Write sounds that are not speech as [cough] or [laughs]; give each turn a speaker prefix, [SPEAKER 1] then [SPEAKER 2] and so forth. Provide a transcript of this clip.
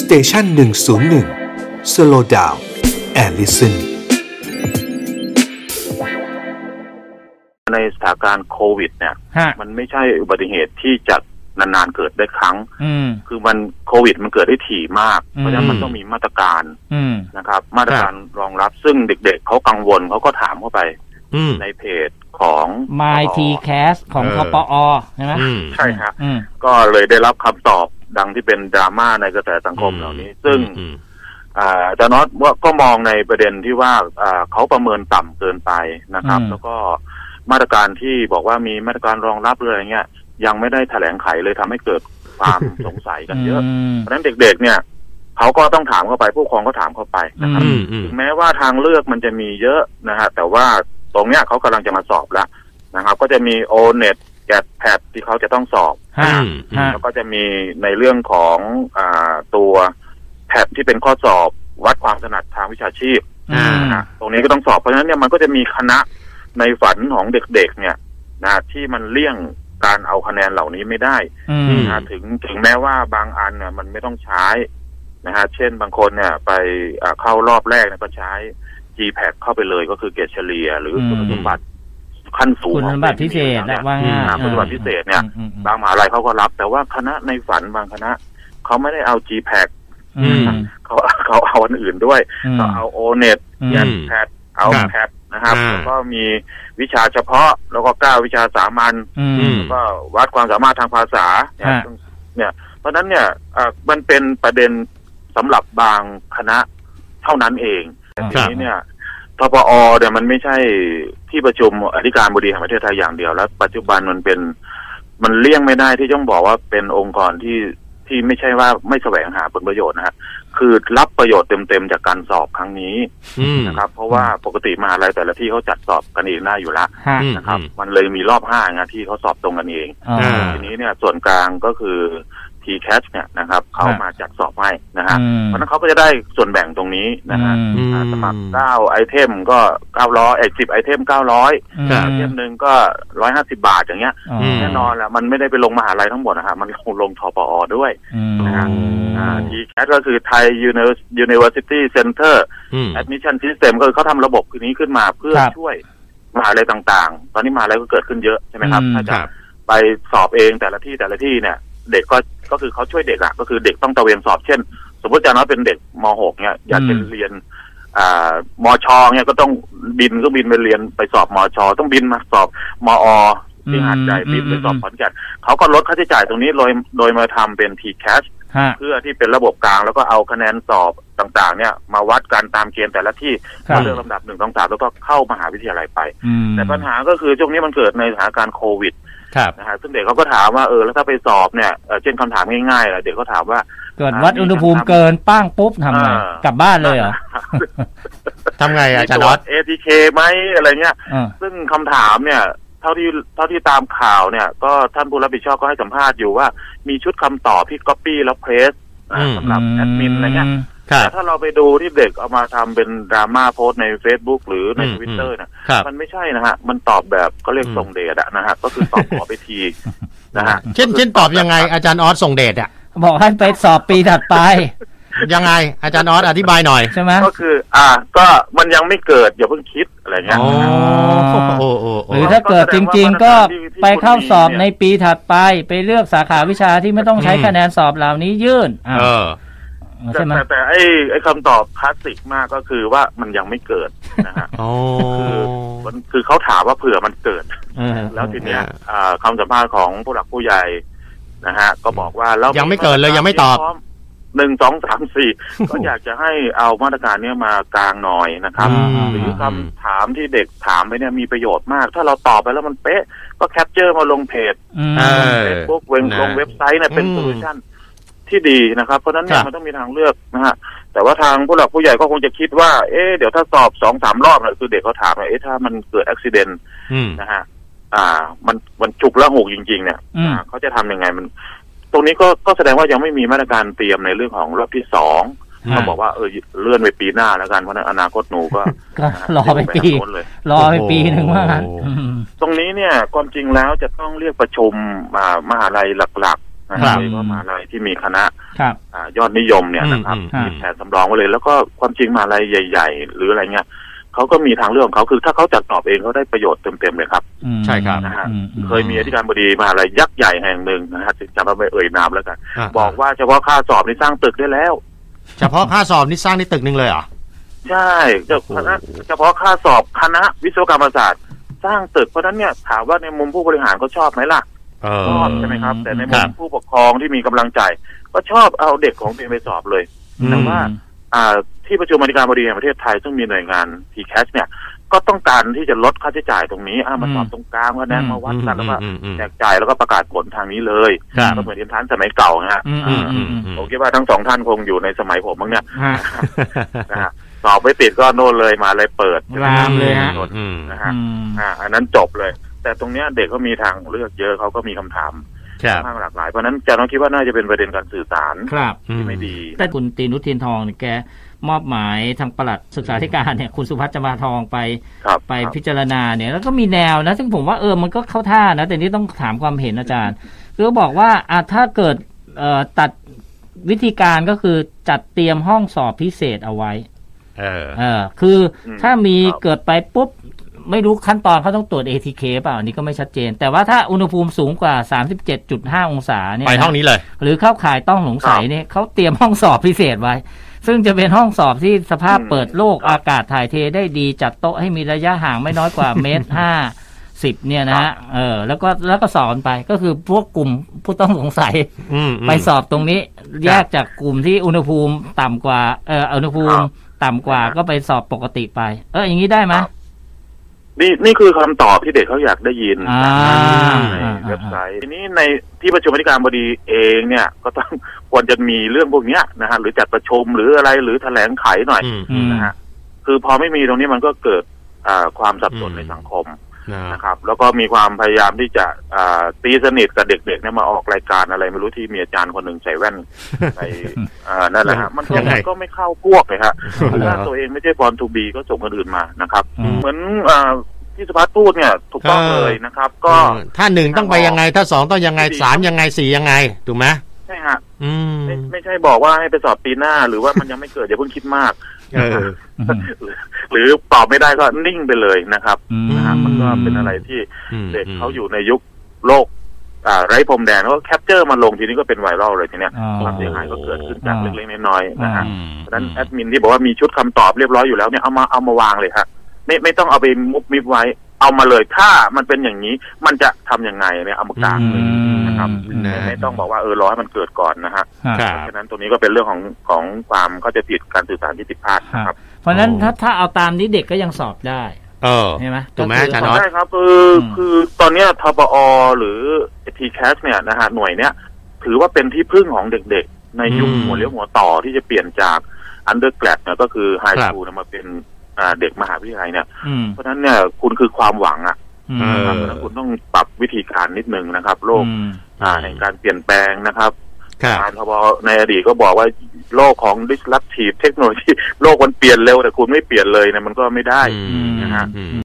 [SPEAKER 1] สเตชันหนึ่งศูนย์หนึ่งสโลดาวแอลลิสัน
[SPEAKER 2] ในสถานการณ์โควิดเนี่ย
[SPEAKER 3] ฮะ
[SPEAKER 2] มันไม่ใช่อุบัติเหตุที่จะนานๆเกิดได้ครั้ง
[SPEAKER 3] อืม
[SPEAKER 2] คือมันโควิดมันเกิดได้ถี่มาก
[SPEAKER 3] อืม
[SPEAKER 2] เพราะฉะนั้นมันต้องมีมาตรการ
[SPEAKER 3] อืม
[SPEAKER 2] นะครับ มาตรการรองรับซึ่งเด็กๆเขากังวลเขาก็ถามเข้าไป
[SPEAKER 4] อืม
[SPEAKER 2] ในเพจของ
[SPEAKER 3] My
[SPEAKER 2] ผอ
[SPEAKER 3] T Cast ของ
[SPEAKER 4] เอ
[SPEAKER 3] ค
[SPEAKER 4] อ
[SPEAKER 3] ปอใช่ไหม
[SPEAKER 4] อืม
[SPEAKER 2] ใช่ครับ
[SPEAKER 3] อืม
[SPEAKER 2] ก็เลยได้รับคำตอบดังที่เป็นดราม่าในกระแสสังคมเหล่านี้ ซึ่ง
[SPEAKER 4] อืม
[SPEAKER 2] อ่าอาจารย์น็อตว่าก็มองในประเด็นที่ว่าอ่าเขาประเมินต่ำเกินไปนะครับ
[SPEAKER 3] อืม
[SPEAKER 2] แล้วก็มาตรการที่บอกว่ามีมาตรการรองรับหรืออะไรเงี้ยยังไม่ได้แถลงไขเลยทำให้เกิดความ สงสัยกันเยอะ
[SPEAKER 3] ม
[SPEAKER 2] เพราะฉะนั้นเด็กๆ เนี่ยเขาก็ต้องถามเข้าไปผู้ปกครองก็ถามเข้าไปนะครับ
[SPEAKER 4] อืมอืม
[SPEAKER 2] ถึงแม้ว่าทางเลือกมันจะมีเยอะนะฮะแต่ว่าตรงเนี้ยเขากำลังจะมาสอบแล้วนะครับ ก็จะมีโอเน็ตแกดแพดที่เขาจะต้องสอบ
[SPEAKER 3] ฮะ ฮะ
[SPEAKER 2] แล้วก็จะมีในเรื่องของอ่าตัวแพดที่เป็นข้อสอบวัดความถนัดทางวิชาชีพ
[SPEAKER 3] อืม
[SPEAKER 2] นะฮะตรงนี้ก็ต้องสอบเพราะฉะนั้นเนี่ยมันก็จะมีคณะในฝันของเด็กๆ เนี่ยนะที่มันเลี่ยงการเอาคะแนนเหล่านี้ไม่ได้
[SPEAKER 3] อืม
[SPEAKER 2] นะฮะถึงถึงแม้ว่าบางอันเนี่ยมันไม่ต้องใช้นะฮะเช่นบางคนเนี่ยไปอ่าเข้ารอบแรกเนี่ยก็ใช้ g p a c เข้าไปเลยก็คือเกรดเฉลี่ยหรืออ
[SPEAKER 3] ม
[SPEAKER 2] คุณสมบัติขั้นสูง
[SPEAKER 3] คุณ
[SPEAKER 2] ของ
[SPEAKER 3] สมบัติพิเศษ
[SPEAKER 2] เ
[SPEAKER 3] นะว่า
[SPEAKER 2] นี่
[SPEAKER 3] ง่าย
[SPEAKER 2] ยนะคุณสมบัติพิเศษเนี่ย
[SPEAKER 3] อืมอืม
[SPEAKER 2] บางมหาลัยเขาก็รับ แต่ว่าคณะในฝันบางคณะเขาไม่ได้เอา g p a c
[SPEAKER 3] อืม
[SPEAKER 2] เขา [laughs] เขาเอาอันอื่นด้วย
[SPEAKER 3] อืม
[SPEAKER 2] เขาเอา o n e t
[SPEAKER 3] อืม
[SPEAKER 2] ยันแพทเอา
[SPEAKER 4] ครับ
[SPEAKER 2] แพทนะครับ
[SPEAKER 4] อ่า
[SPEAKER 2] แล้วก็มีวิชาเฉพาะแล้วก็เก้าวิชาสามัญ
[SPEAKER 3] อืม
[SPEAKER 4] ม
[SPEAKER 2] ก็วัดความสามารถทางภาษาเนี่ย
[SPEAKER 3] ฮะ
[SPEAKER 2] เนี่ย เพราะฉะนั้นเนี่ยเอ่อมันเป็นประเด็นสำหรับบางคณะเท่านั้นเองแต่ทีนี้เนี่ยทปอเนี่ยมันไม่ใช่ที่ประชุมอธิการบดีแห่งประเทศไทยอย่างเดียวแล้ว ปัจจุบันมันเป็น มันเลี่ยงไม่ได้ที่ต้องบอกว่าเป็นองค์กรที่ที่ไม่ใช่ว่าไม่แสวงหาผลประโยชน์นะฮะคือรับประโยชน์เต็มๆจากการสอบครั้งนี้
[SPEAKER 4] อืม
[SPEAKER 2] นะครับ เพราะว่าปกติมหาอะไรแต่ละที่เขาจัดสอบกันเองได้อยู่แล้ว
[SPEAKER 3] ฮะ
[SPEAKER 4] อืม
[SPEAKER 2] นะครับ มันเลยมีรอบห้าไงที่เขาสอบตรงกันเอง
[SPEAKER 3] อ่า
[SPEAKER 2] ทีนี้เนี่ยส่วนกลางก็คือ t c a s h เนี่ยนะครับเขา
[SPEAKER 3] ฮะ
[SPEAKER 2] มาจัดสอบให้นะฮะ
[SPEAKER 3] อืม
[SPEAKER 2] เพราะฉะนั้นเขาก็จะได้ส่วนแบ่งตรงนี้นะฮะ
[SPEAKER 3] อืม
[SPEAKER 4] อืม
[SPEAKER 2] อ่าสมัครเก้าไอเทมก็เก้าร้อยไอสิบไอเทมเก้าร้อย
[SPEAKER 4] ครับ
[SPEAKER 2] ไอเทมหนึ่งก็ร้อยห้าสิบาทอย่างเงี้ย
[SPEAKER 3] อ๋อ
[SPEAKER 4] ม
[SPEAKER 2] แน่นอนแหละมันไม่ได้ไปลงมหาลัยทั้งหมดนะฮะมันลงลงทปอด้วย
[SPEAKER 3] อืม
[SPEAKER 2] นะฮะ
[SPEAKER 4] อ๋ออ่
[SPEAKER 2] t c a s h ก็คือไทย University Center
[SPEAKER 4] อืม
[SPEAKER 2] Admission System ก็คือเขาทำระบบคืนนี้ขึ้นมาเพื่อ
[SPEAKER 3] ครับ
[SPEAKER 2] ช่วยมหาลัยต่างๆ ตอนนี้มหาลัยก็เกิดขึ้นเยอะใช่ไหมครับ
[SPEAKER 3] อืม
[SPEAKER 2] ถ้า
[SPEAKER 4] ค
[SPEAKER 2] จะ
[SPEAKER 4] รับ
[SPEAKER 2] ไปสอบเองแต่ละที่แต่ละที่เนี่ย เด็กก็ก็คือเขาช่วยเด็กอะก็คือเด็กต้องตระเวนสอบเช่น สมมติอาจารย์น้อยเป็นเด็กม .6 เนี่ยอยากจะ
[SPEAKER 3] อืม
[SPEAKER 2] เรียนอ่ามชเนี่ยก็ต้องบินก็บินไปเรียนไปสอบมช ต้องบินมาสอบมอที่หาดใหญ่บินไปสอบขอนแก่นเขาก็ลดค่าใช้จ่ายตรงนี้โดยโดยมาทำเป็น t c a s h
[SPEAKER 3] ฮะ
[SPEAKER 2] เพื่อที่เป็นระบบกลางแล้วก็เอาคะแนนสอบต่างๆ เนี่ย มาวัดกันตามเกณฑ์แต่ละที่
[SPEAKER 3] ครั
[SPEAKER 2] ก็
[SPEAKER 3] บ
[SPEAKER 2] เลือกลำดับหนึ่งสองสามแล้วก็เข้ามหาวิทยาลัยไป
[SPEAKER 3] อืม
[SPEAKER 2] แต่ปัญหาก็คือช่วงนี้มันเกิดในสถานการณ์โควิด
[SPEAKER 4] ครับ
[SPEAKER 2] นะฮะซึ่งเด็กเขาก็ถามว่าเออแล้วถ้าไปสอบเนี่ยเอ่อเช่นคำถามง่ายๆแหละเด็กเขาถามว่า
[SPEAKER 3] เกิดวัดอุณหภูมิเกินป้างปุ๊บทำไง
[SPEAKER 2] อ่าก
[SPEAKER 3] ลับบ้านเลยเหรอ
[SPEAKER 4] ทำไงอะอาจารย์
[SPEAKER 2] ตร
[SPEAKER 4] น็
[SPEAKER 2] ว
[SPEAKER 4] อต
[SPEAKER 2] จ ATK ไหมอะไรเงี้ย
[SPEAKER 3] อ่า
[SPEAKER 2] ซึ่งคำถามเนี่ย เท่าที่เท่าที่ตามข่าวเนี่ย ก็ท่านผู้รับผิดชอบก็ให้สัมภาษณ์อยู่ว่า มีชุดคำตอบที่ก๊อปปี้แล้วเพรส
[SPEAKER 4] อืม
[SPEAKER 2] สำหรับแอดมินอะไรเงี้ย
[SPEAKER 4] ครับ
[SPEAKER 2] แต่ถ้าเราไปดูที่เด็กเอามาทำเป็นดราม่าโพสต์ใน Facebook หรือใน
[SPEAKER 4] อืม
[SPEAKER 2] ทวิตเตอร์เนี่ย
[SPEAKER 4] ครับ
[SPEAKER 2] มันไม่ใช่นะฮะ มันตอบแบบก็เรียกทรงเดชอะนะฮะก็คือตอบขอไป
[SPEAKER 4] [laughs]
[SPEAKER 2] ทีนะฮะ
[SPEAKER 4] เช่นเช่นตอบยังไงอาจารย์ออสส่งเดชอะ
[SPEAKER 3] บอกให้ไปสอบปีถัดไป
[SPEAKER 4] ยังไงอาจารย์ออสอธิบายหน่อย
[SPEAKER 3] ใช่ไหม
[SPEAKER 2] ก็คือ อ่า ก็มันยังไม่เกิดอย่าเพิ่งคิดอะไรเงี้ย
[SPEAKER 4] โอ้โอ้โอ้โอ้
[SPEAKER 3] หรือถ้าเกิดจริง ๆ ก็ไปเข้าสอบในปีถัดไป ไปเลือกสาขาวิชาที่ไม่ต้องใช้คะแนนสอบเหล่านี้ยื่นอ่า
[SPEAKER 4] เออ
[SPEAKER 2] แต่
[SPEAKER 3] ใช่ไหม
[SPEAKER 2] แต่แต่ไอ้ไอ้คำตอบคลาสสิกมากก็คือว่ามันยังไม่เกิดนะฮะ
[SPEAKER 4] โอ้
[SPEAKER 2] คือมันคือเขาถามว่าเผื่อมันเกิด แล้วทีเนี้ยอ่าคำสัมภาษณ์ของผู้หลักผู้ใหญ่นะฮะ ก็บอกว่าแล้ว
[SPEAKER 4] ยังไม่เกิดเลยยังไม่ตอบ
[SPEAKER 2] หนึ่งสองสามสี่ก็อยากจะให้เอามาตรการเนี้ยมากลางหน่อยนะครับ
[SPEAKER 4] ม
[SPEAKER 2] หรือคำถามที่เด็กถามไปเนี่ยมีประโยชน์มาก ถ้าเราตอบไปแล้วมันเป๊ะ ก็แคปเจอร์มาลงเพจ
[SPEAKER 3] อืม
[SPEAKER 4] เออ
[SPEAKER 2] เฟซบุ๊กเว็บ
[SPEAKER 4] นะ
[SPEAKER 2] ลงเว็บไซต์เนี่ยเป็น
[SPEAKER 4] อืม
[SPEAKER 2] โซลูชันที่ดีนะครับ เพราะฉะนั้นเนี่
[SPEAKER 4] ค
[SPEAKER 2] ย
[SPEAKER 4] รับ
[SPEAKER 2] มันต้องมีทางเลือกนะฮะแต่ว่าทางผู้หลักผู้ใหญ่ก็คงจะคิดว่า เอ๊ะเดี๋ยวถ้าสอบสองสามรอบเนี่ยคือเด็กเขาถามว่าเอ๊ะถ้ามันเกิดอุบิเหตุ
[SPEAKER 4] อืม
[SPEAKER 2] นะฮะอ่า มันมันฉุกละหูกจริง ๆ เนี่ย
[SPEAKER 3] อืม
[SPEAKER 2] อ่าเขาจะทำยังไงมัน ตรงนี้ก็ก็แสดงว่ายังไม่มีมาตรการเตรียมในเรื่องของรอบที่สอง
[SPEAKER 4] อืม
[SPEAKER 2] เขาบอกว่าเออเลื่อนไปปีหน้าแล้วกันเพราะฉะนั้นอนาคตหนูก็
[SPEAKER 3] ก็
[SPEAKER 2] นะฮะ
[SPEAKER 3] [laughs] รอไปปี
[SPEAKER 2] ทางโน้นเลย
[SPEAKER 3] รอไปปีหนึ่งว่างั้น
[SPEAKER 4] โอ้โห
[SPEAKER 3] อืม
[SPEAKER 2] ตรงนี้เนี่ยความจริงแล้วจะต้องเรียกประชุมมามหาลัยหลักๆนะครับ
[SPEAKER 3] ครับ
[SPEAKER 2] โดยเฉพาะมหาลัยที่มีคณะ
[SPEAKER 3] ครับ
[SPEAKER 2] อ่า ายอดนิยมเนี่ยนะครับ
[SPEAKER 4] อืม
[SPEAKER 3] อืม
[SPEAKER 2] มีแผนสำรองไว้เลย แล้วก็ความจริงมหาอะไรใหญ่ ๆ หรืออะไรเงี้ยเขาก็มีทางเลือกของเขาคือถ้าเขาจัดสอบเองเขาได้ประโยชน์เต็มๆเลยครับ
[SPEAKER 3] อืม
[SPEAKER 4] ใช่ครับ
[SPEAKER 2] นะฮะ
[SPEAKER 3] อืมอืม
[SPEAKER 2] เคยมีอธิการบดีมหาอะไรยักษ์ใหญ่แห่งหนึ่งนะฮะจำไม่เอ่ยนามแล้วกัน
[SPEAKER 4] อ่ะ
[SPEAKER 2] บอกว่าเฉพาะค่าสอบนี่สร้างตึกได้แล้ว
[SPEAKER 4] เฉพาะค่าสอบนี่สร้างในตึกหนึ่งเลยเหรอ
[SPEAKER 2] ใช่เฉ
[SPEAKER 4] โอ้
[SPEAKER 2] พาะ
[SPEAKER 4] โห
[SPEAKER 2] เฉพาะค่าสอบคณะวิศวกรรมศาสตร์ สร้างตึกเพราะฉะนั้นเนี่ยถามว่าในมุมผู้บริหารก็ชอบไหมล่ะ
[SPEAKER 4] เออ
[SPEAKER 2] ชอบใช่ไหมครับ แต่ในมุ
[SPEAKER 4] ครั
[SPEAKER 2] ม
[SPEAKER 4] บ
[SPEAKER 2] ผู้ปกครองที่มีกำลังใจ ก็ชอบเอาเด็กของตัวเองไปสอบเลย แต่ว่า อ่าที่ประชุมอธิการบดีแห่งประเทศไทย ซึ่งมีหน่วยงาน t c a s เนี่ยก็ต้องการที่จะลดค่าใช้จ่ายตรงนี้อ่ามาสอบ
[SPEAKER 3] อืม
[SPEAKER 2] ตรงกลางก็แนะมาวัดกันแล้วก็
[SPEAKER 4] อืมอืม
[SPEAKER 2] แจกจ่ายแล้วก็ประกาศผลทางนี้เลย
[SPEAKER 4] ครับ
[SPEAKER 2] ก็เหมือนเรียนทันสมัยเก่านะฮะ
[SPEAKER 3] อืมอื
[SPEAKER 4] อื
[SPEAKER 3] ม
[SPEAKER 4] ม
[SPEAKER 3] อื
[SPEAKER 4] อื
[SPEAKER 3] ม
[SPEAKER 4] ม
[SPEAKER 3] อื
[SPEAKER 4] อื
[SPEAKER 3] ม
[SPEAKER 4] ม
[SPEAKER 2] ผมคิดว่าทั้งสองท่านคงอยู่ในสมัยผมบ้างเนี่ย
[SPEAKER 5] ฮะ
[SPEAKER 2] นะฮะสอบไม่ติดก็โน่นเลยมาเลยเปิด
[SPEAKER 5] รามเลยฮะ
[SPEAKER 4] อืม
[SPEAKER 2] นะ
[SPEAKER 3] อื
[SPEAKER 2] ฮะ
[SPEAKER 3] ม
[SPEAKER 2] อ่าอันนั้นจบเลย แต่ตรงเนี้ยเด็กก็มีทางเลือกเยอะเขาก็มีคำถาม
[SPEAKER 4] ครับ
[SPEAKER 2] ค่อนข้างหลากหลายเพราะฉะนั้นอาจารย์น้องคิดว่าน่าจะเป็นประเด็นการสื่อสาร
[SPEAKER 5] ครับ
[SPEAKER 2] ที่ไม่ดี
[SPEAKER 5] แต่
[SPEAKER 3] คุณตีนุชเทียนทองเนี่ยแกมอบหมายทางปลัดศึกษาธิการเนี่ยคุณสุพัฒน์จมาทองไป
[SPEAKER 2] ครับ
[SPEAKER 3] ไปพิจารณาเนี่ยแล้วก็มีแนวนะ ซึ่งผมว่าเออมันก็เข้าท่านะ แต่นี่ต้องถามความเห็นอาจารย์ คือบอกว่าอ่ะถ้าเกิดเอ่อตัดวิธีการก็คือจัดเตรียมห้องสอบพิเศษเอาไว้
[SPEAKER 4] เออ
[SPEAKER 3] เออคืออ
[SPEAKER 2] ม
[SPEAKER 3] ถ้ามี
[SPEAKER 2] ครับ
[SPEAKER 3] เกิดไปปุ๊บ ไม่รู้ขั้นตอนเขาต้องตรวจ ATK เปล่าอันนี้ก็ไม่ชัดเจน แต่ว่าถ้าอุณหภูมิสูงกว่า 37.5 องศาเนี่ย
[SPEAKER 4] ไป
[SPEAKER 3] นะ
[SPEAKER 4] ห้องนี้เลย
[SPEAKER 3] หรือเข้าข่ายต้องสงสัยเนี่ยเขาเตรียมห้องสอบพิเศษไว้ ซึ่งจะเป็นห้องสอบที่สภาพ
[SPEAKER 2] อืม
[SPEAKER 3] เปิดโลก
[SPEAKER 2] ครับ
[SPEAKER 3] อากาศถ่ายเทได้ดีจัดโต๊ะให้มีระยะห่างไม่น้อยกว่า เมตรห้าสิบเนี่ยนะฮะเออแล้วก็แล้วก็สอนไปก็คือพวกกลุ่มผู้ต้องสงสัย
[SPEAKER 4] อืมม
[SPEAKER 3] ไปสอบตรงนี้ แยกจากกลุ่มที่อุณหภูมิต่ำกว่าเอออุณหภูมิ
[SPEAKER 2] ครับ
[SPEAKER 3] ต่ำกว่า
[SPEAKER 2] ครับ
[SPEAKER 3] ก็ไปสอบปกติไป เอออย่างนี้ได้ไหม
[SPEAKER 2] นี่นี่คือคำตอบที่เด็กเขาอยากได้ยิน
[SPEAKER 3] อ่า
[SPEAKER 2] ใน
[SPEAKER 3] อ่า
[SPEAKER 2] เว็บไซ
[SPEAKER 3] อ่า
[SPEAKER 2] ต์ทีนี้ในที่ประชุมอธิการบดีเองเนี่ย [laughs] ก็ต้อง ควรจะมีเรื่องพวกเนี้ยนะฮะหรือจัดประชุมหรืออะไรหรือแถลงไขหน่อย
[SPEAKER 4] อืม
[SPEAKER 3] ม
[SPEAKER 2] นะฮะคือพอไม่มีตรงนี้มันก็เกิดอ่าความสับสน
[SPEAKER 4] อืม
[SPEAKER 2] ในสังคม
[SPEAKER 4] นะ
[SPEAKER 2] นะครับ แล้วก็มีความพยายามที่จะอ่าตีสนิทกับเด็กๆเนี่ยมาออกรายการอะไรไม่รู้ที่มีอาจารย์คนหนึ่งใส่แว่น
[SPEAKER 4] [laughs]
[SPEAKER 2] ใส่อ่านั่นแหละฮะมันก็
[SPEAKER 4] ยังไง
[SPEAKER 2] มันก็ไม่เข้าพวก
[SPEAKER 4] [laughs]
[SPEAKER 2] เลยฮะ
[SPEAKER 4] เหรอ
[SPEAKER 2] ถ้าตัวเองไม่ใช่บอลทูบีก็ส่งคนอื่นมานะครับ
[SPEAKER 3] อืม
[SPEAKER 2] เหมือนเออที่สุภัสพูดเนี่ย ถูกต้อง
[SPEAKER 4] เออ
[SPEAKER 2] เลยนะครับ ก็
[SPEAKER 4] เออถ้าหนึ่งต้องไปยังไง ถ้าสองต้องยังไงสามยังไงสี่ยังไง ถูกไหม
[SPEAKER 2] ใช่ฮะ
[SPEAKER 4] อืม
[SPEAKER 2] ไม่ไม่ใช่บอกว่าให้ไปสอบปีหน้า หรือว่ามันยังไม่เกิดอย่าเพิ่งคิดมาก
[SPEAKER 4] เออ
[SPEAKER 2] หรือตอบไม่ได้ก็นิ่งไปเลยนะครับ
[SPEAKER 3] อื
[SPEAKER 4] นะฮะ
[SPEAKER 2] มันก็เป็นอะไรที่
[SPEAKER 4] อืม
[SPEAKER 2] เด็กเขาอยู่ในยุคโลก อ่าไร้พรมแดนแล้วก็แคปเจอร์มาลงทีนี้ก็เป็นไวรัลเลยทีเนี้ย
[SPEAKER 3] อ๋อ
[SPEAKER 2] ความเสียหายก็เกิดขึ้นจาก
[SPEAKER 3] อ่า
[SPEAKER 2] เล็กๆน้อยๆนะฮะ
[SPEAKER 4] อืม
[SPEAKER 2] เพราะฉะนั้นแอดมินที่บอกว่ามีชุดคำตอบเรียบร้อยอยู่แล้วเนี่ยเอามาเอามาวางเลยฮะไม่ไม่ต้องเอาไปมุบมิบไว้ เอามาเลยถ้ามันเป็นอย่างนี้มันจะทำยังไงเนี่ยเอามากางเลย นะครับ
[SPEAKER 3] อืม
[SPEAKER 2] ไม่ไม่ต้องบอกว่าเออรอให้มันเกิดก่อนนะฮะ
[SPEAKER 4] ครั
[SPEAKER 2] เพราะ
[SPEAKER 4] บ
[SPEAKER 2] ฉะนั้นตรงนี้ก็เป็นเรื่องของของความเข้าใจผิดการสื่อสารที่ผิดพลาดนะครับ
[SPEAKER 3] เพราะฉะนั้น
[SPEAKER 4] โอ้
[SPEAKER 3] ถ้าถ้าเอาตามนี้เด็กก็ยังสอบได้
[SPEAKER 4] เออ
[SPEAKER 3] ใช่ไหม
[SPEAKER 4] ถูกไหม
[SPEAKER 3] ก็คื
[SPEAKER 4] อาจารย์น็อต
[SPEAKER 2] ใช่ครับคืออ
[SPEAKER 3] ม
[SPEAKER 2] คือตอนเนี้ทบอหรือ t c a s เนี่ยนะฮะหน่วยเนี้ยถือว่าเป็นที่พึ่งของเด็กๆ ในยุค
[SPEAKER 4] อืม
[SPEAKER 2] หัวเลี้ยวหัวต่อที่จะเปลี่ยนจากอันเดอร์แกลดเนี่ยก็คือไฮ
[SPEAKER 4] ครับ
[SPEAKER 2] สคูลมาเป็นอ่าเด็กมหาวิทยาลัยเนี่ย
[SPEAKER 3] อืม
[SPEAKER 2] เพราะฉะนั้นเนี่ยคุณคือความหวังอ่ะ
[SPEAKER 3] อืม
[SPEAKER 4] เออ
[SPEAKER 2] เพราะฉะนั้นคุณต้องปรับวิธีการนิดนึงนะครับ โลก
[SPEAKER 3] ม
[SPEAKER 2] อ่าแห่งการเปลี่ยนแปลงนะครับ
[SPEAKER 4] ครับ
[SPEAKER 2] ทางทบในอดีตก็บอกว่าโลกของ disruptive technology โลกมันเปลี่ยนเร็วแต่คุณไม่เปลี่ยนเลยเนะมันก็ไม่ได้
[SPEAKER 4] อืม
[SPEAKER 2] นะฮะ
[SPEAKER 4] อืม